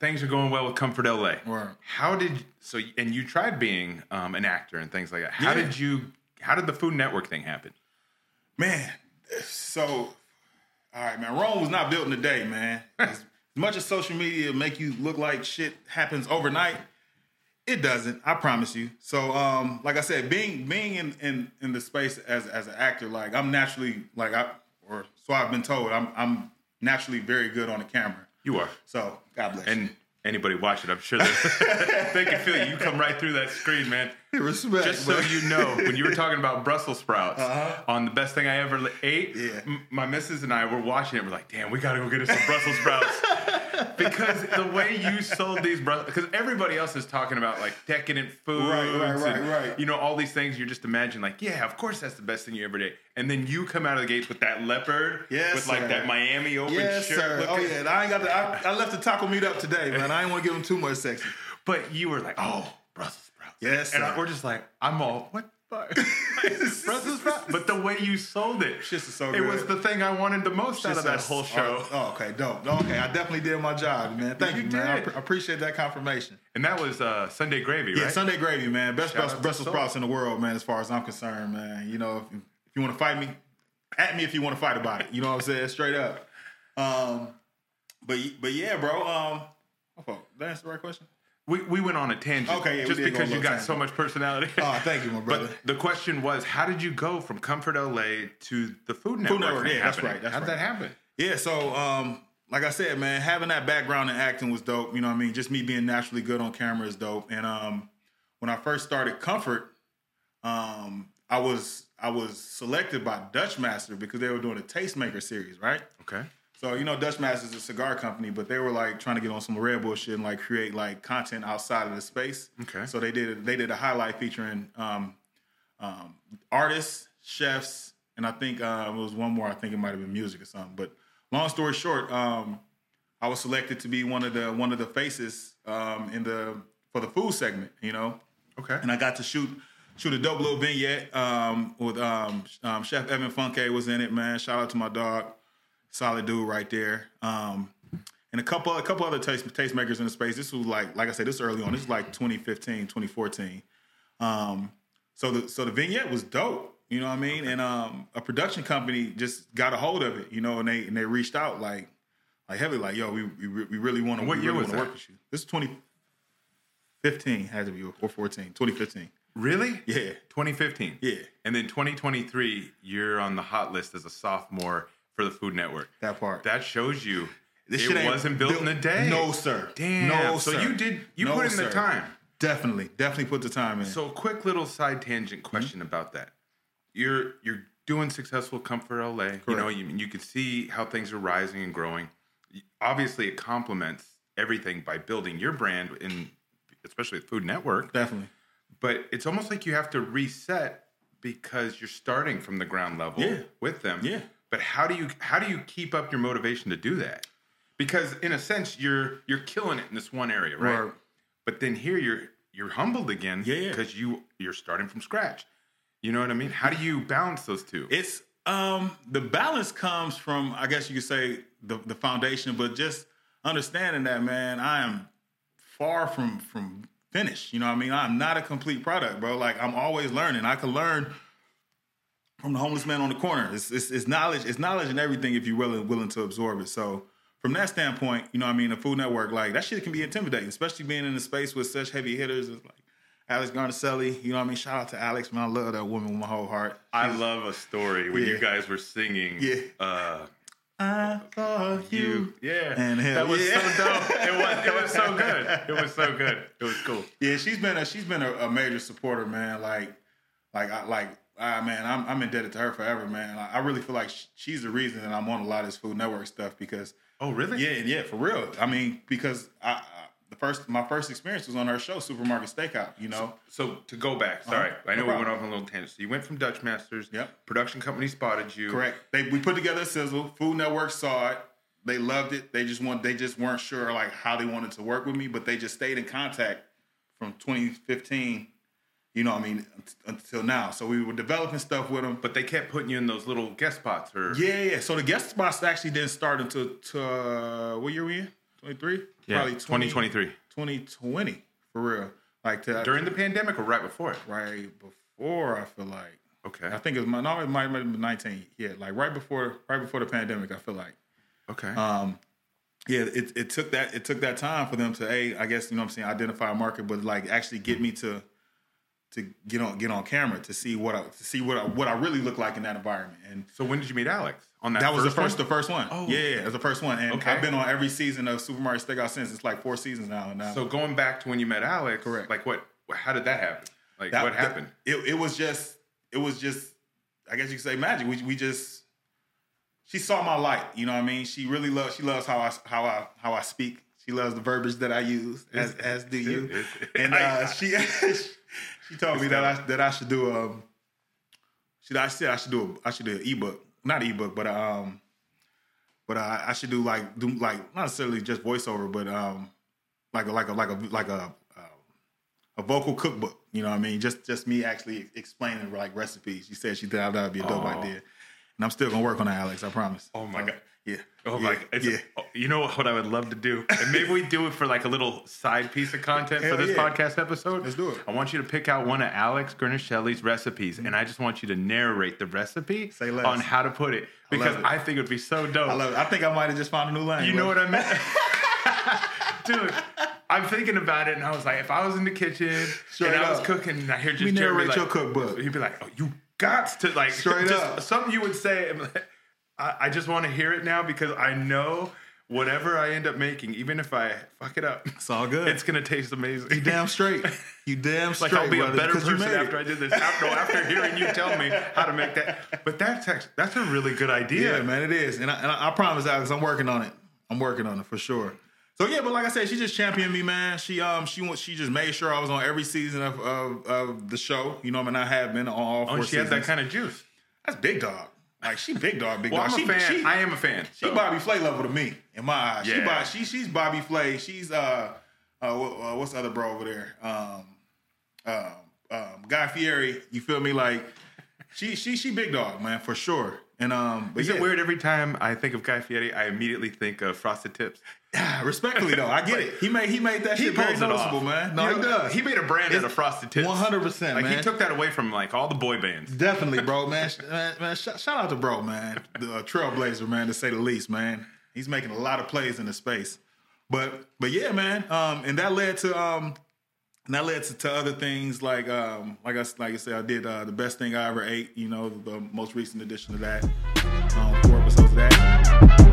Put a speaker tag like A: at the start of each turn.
A: things are going well with Comfort LA.
B: Right.
A: How did so? And you tried being um, an actor and things like that. How
B: Yeah.
A: did you? How did the Food Network thing happen?
B: Man, so all right, man. Rome was not built in a day, man. As much as social media make you look like shit happens overnight, it doesn't. I promise you. So, um, like I said, being being in in, in the space as as an actor, like I'm naturally like I or so I've been told, I'm I'm naturally very good on the camera.
A: You are.
B: So God bless.
A: And anybody watch it, I'm sure they, they can feel you. You come right through that screen, man.
B: you. respect.
A: Just so you know, when you were talking about Brussels sprouts on the best thing I ever li- ate,
B: Uh-huh. Yeah.
A: m- my missus and I were watching it. We're like, damn, we gotta go get us some Brussels sprouts because the way you sold these Brussels, because everybody else is talking about like decadent foods,
B: right,
A: and,
B: right.
A: You know all these things. You just imagine like, yeah, of course that's the best thing you ever did, and then you come out of the gates with that leopard,
B: Yes,
A: with like
B: sir.
A: that Miami open
B: Yes,
A: shirt.
B: sir. Oh
A: looking-
B: yeah, I ain't got. The, I, I left the taco meat up today, man. I ain't want to give him too much section.
A: But you were like, oh, Brussels sprouts.
B: Yes,
A: And
B: sir.
A: I- we're just like, I'm all, what the fuck? Brussels sprouts? But the way you sold it,
B: Shit's is so
A: it
B: good.
A: was the thing I wanted the most out of that whole show.
B: Oh, oh, okay, dope. Okay, I definitely did my job, man. Thank
A: You
B: you, man. I
A: did.
B: pr- appreciate that confirmation.
A: And that was uh, Sunday Gravy,
B: Yeah,
A: right?
B: Sunday gravy, man. Best
A: Shout out
B: Brussels,
A: to
B: Brussels
A: Soul.
B: sprouts in the world, man. As far as I'm concerned, man. You know, if, if you want to fight me, at me if you want to fight about it. You know what I'm saying? Straight up. Um, but but yeah, bro. Um, oh, fuck. Did I answer the right question?
A: we, we went on a tangent.
B: Okay, yeah, we
A: Just
B: did go
A: because
B: a
A: you
B: little
A: got so much personality.
B: Oh, thank you, my brother.
A: But the question was, how did you go from Comfort LA to the Food Network?
B: Network,
A: thing
B: yeah, that's
A: happening?
B: right, that's
A: How'd that
B: right.
A: happen?
B: Yeah, so um, like I said, man, having that background in acting was dope. You know what I mean? Just me being naturally good on camera is dope. And um, when I first started Comfort, um, I was I was selected by Dutch Master because they were doing a Tastemaker series, right?
A: Okay.
B: So you know, Dutch Master is a cigar company, but they were like trying to get on some Red Bull shit and like create like content outside of the space.
A: Okay.
B: So they did they did a highlight featuring um, um, artists, chefs, and I think uh, it was one more. I think it might have been music or something. But long story short, um, I was selected to be one of the one of the faces um, in the for the food segment. You know,
A: Okay.
B: and I got to shoot shoot a dope little vignette um, with um, um, Chef Evan Funke was in it. Man, shout out to my dog, solid dude right there. Um, and a couple a couple other taste tastemakers in the space. This was like like I said, this was early on. This was like 2015, 2014. Um, so the so the vignette was dope. You know what I mean? And um, a production company just got a hold of it. You know, and they and they reached out like like heavily like yo, we we, re- we really want to
A: What
B: we
A: year
B: really
A: was
B: wanna
A: that?
B: work with you. This is 2015 had to be or 14, 2015.
A: Really?
B: Yeah.
A: 2015.
B: Yeah.
A: And then 2023, you're on the hot list as a sophomore for the Food Network.
B: That part.
A: That shows you
B: This
A: it
B: shit ain't
A: wasn't built, in a day.
B: No, sir.
A: Damn.
B: No,
A: so
B: sir.
A: you did you
B: No,
A: put in
B: sir.
A: the time.
B: Definitely, definitely put the time in.
A: So quick little side tangent
B: Mm-hmm.
A: question about that. You're you're doing successful Comfort LA. You know, you you can see how things are rising and growing. You- Obviously, it complements everything by building your brand in especially with Food Network.
B: definitely.
A: but it's almost like you have to reset because you're starting from the ground level
B: Yeah.
A: with them.
B: Yeah.
A: But how do you how do you keep up your motivation to do that? Because in a sense you're you're killing it in this one area, right?
B: Right.
A: But then here you're you're humbled again
B: Yeah, yeah.
A: because you you're starting from scratch. You know what I mean? How do you balance those two?
B: It's um the balance comes from I guess you could say the the foundation, but just understanding that man, I am far from from finished. You know what I mean? I'm not a complete product, bro. Like I'm always learning. I can learn from the homeless man on the corner. It's it's, it's knowledge, it's knowledge and everything if you're willing willing to absorb it. So from that standpoint, you know what I mean, the food network, like that shit can be intimidating, especially being in a space with such heavy hitters as like Alex Garnacelli, you know what I mean? Shout out to Alex, man. I love that woman with my whole heart.
A: I love a story when you
B: Yeah.
A: guys were singing
B: Yeah.
A: uh
B: I love
A: you yeah
B: And him.
A: that was
B: Yeah.
A: so dope it was it was so good it was so good it was cool
B: Yeah, she's been a she's been a, a major supporter, man. Like, like, I, like, ah, man, I'm I'm indebted to her forever, man. Like, I really feel like sh- she's the reason that I'm on a lot of this Food Network stuff because,
A: oh really
B: yeah, yeah, for real. I mean, because I, I the first my first experience was on her show, Supermarket Stakeout. You know,
A: So to go back, sorry,
B: Uh-huh.
A: I know
B: No
A: we went
B: problem.
A: off on a little tangent. So you went from Dutch Masters.
B: Yep.
A: Production company spotted you.
B: correct? They we put together a sizzle. Food Network saw it. They loved it. They just want they just weren't sure like how they wanted to work with me, but they just stayed in contact from 2015. You know, what I mean, unt- until now. So we were developing stuff with them.
A: But they kept putting you in those little guest spots. Or
B: Yeah, yeah. So the guest spots actually didn't start until to, uh, what year we in? 23?
A: Yeah,
B: Probably 20,
A: 2023.
B: 2020 for real. Like to,
A: During the pandemic or right before it?
B: right before I feel like
A: Okay.
B: I think it was my no, it might, might have been 19. Yeah, like right before right before the pandemic, I feel like.
A: Okay.
B: Um yeah, it, it took that it took that time for them to a I guess you know what I'm saying identify a market, but like actually get me to to get on get on camera to see what I to see what I, what I really look like in that environment, and
A: so when did you meet Alex? On that
B: that was the
A: one?
B: first, the first one.
A: Oh.
B: yeah, yeah, it was the first one, and
A: Okay.
B: I've been on every season of Super Mario Steakhouse since. It's like four seasons now, and i
A: So going back to when you met Alex,
B: Correct.
A: Like what? How did that happen? Like
B: That-
A: what
B: that-
A: happened?
B: it, it was just, it was just, I guess you could say magic. We, we just, she saw my light. You know what I mean? She really loves, she loves how I, how I, how I speak. She loves the verbiage that I use, as, as do you. And uh, she, she told me that I, that I should do um, she, I said I should do, a, I should do an ebook, not ebook, but um, but uh, I, I should do like, do like not necessarily just voiceover, but um, like a, like a, like a, like a. Uh, a vocal cookbook. You know what I mean? Just just me actually explaining like recipes. She said she thought that would be a dope
A: Aw.
B: idea, and I'm still gonna work on that, Alex. I promise. Uh,
A: Oh my God.
B: Yeah.
A: Oh
B: yeah,
A: my! It's
B: yeah.
A: you know what I would love to do, and maybe we do it for like a little side piece of content
B: Hell
A: for this
B: yeah.
A: podcast episode.
B: Let's do it.
A: I want you to pick out one of Alex Gernishelli's recipes, and I just want you to narrate the recipe
B: Say less.
A: on how to put it because
B: love it.
A: I, think it would be so dope.
B: I love it. I think I might have just found a new lane.
A: You know what I meant? Dude, I'm thinking about it and I was like, if I was in the kitchen
B: Straight
A: and I was
B: up.
A: cooking and I hear just
B: We
A: Jeremy
B: narrate
A: like,
B: your cookbook.
A: He'd be like, oh, you got to like
B: Straight
A: just
B: up.
A: something you would say. I'm like, I, I just want to hear it now because I know whatever I end up making, even if I fuck it up,
B: It's all good.
A: it's gonna taste amazing.
B: you damn straight. You damn
A: Like
B: straight.
A: I'll be a
B: brother,
A: better
B: 'cause you
A: person
B: made it.
A: after I did this. After, after hearing you tell me how to make that, but that's actually, that's a really good idea.
B: Yeah, man, it is, and I, and I I promise, Alex, I'm working on it. I'm working on it for sure. So yeah, but like I said, she just championed me, man. She um she went, she just made sure I was on every season of of, of the show. You know, what I mean, I have been on all four
A: Oh, she has
B: seasons.
A: that kind of juice.
B: That's big dog. Like she big dog, big
A: Well,
B: dog.
A: I'm
B: she,
A: a fan.
B: She,
A: I am a fan.
B: she
A: so-
B: Bobby Flay level to me in my eyes. She,
A: Yeah.
B: Bob, she she's Bobby Flay. She's uh, uh, wh- uh what's the other bro over there? Um, um, um, Guy Fieri. You feel me? Like she she she big dog man for sure. And um, but
A: Is
B: yeah,
A: it weird every time I think of Guy Fieri, I immediately think of Frosted Tips?
B: Respectfully though, I get it. He made he made that shit very noticeable, man. No,
A: You
B: he
A: know,
B: does.
A: He made a brand out of Frosted Tips.
B: One hundred percent,
A: Like
B: man.
A: he took that away from like all the boy bands.
B: Definitely, bro, man. Sh- man, man shout, shout out to bro, man, the uh, trailblazer, man, to say the least, man. He's making a lot of plays in the space, but but yeah, man. Um, and that led to um, and that led to, to other things like um, like I s- like I said, I did uh, the best thing I ever ate. You know, the most recent edition of that, um, four episodes of that.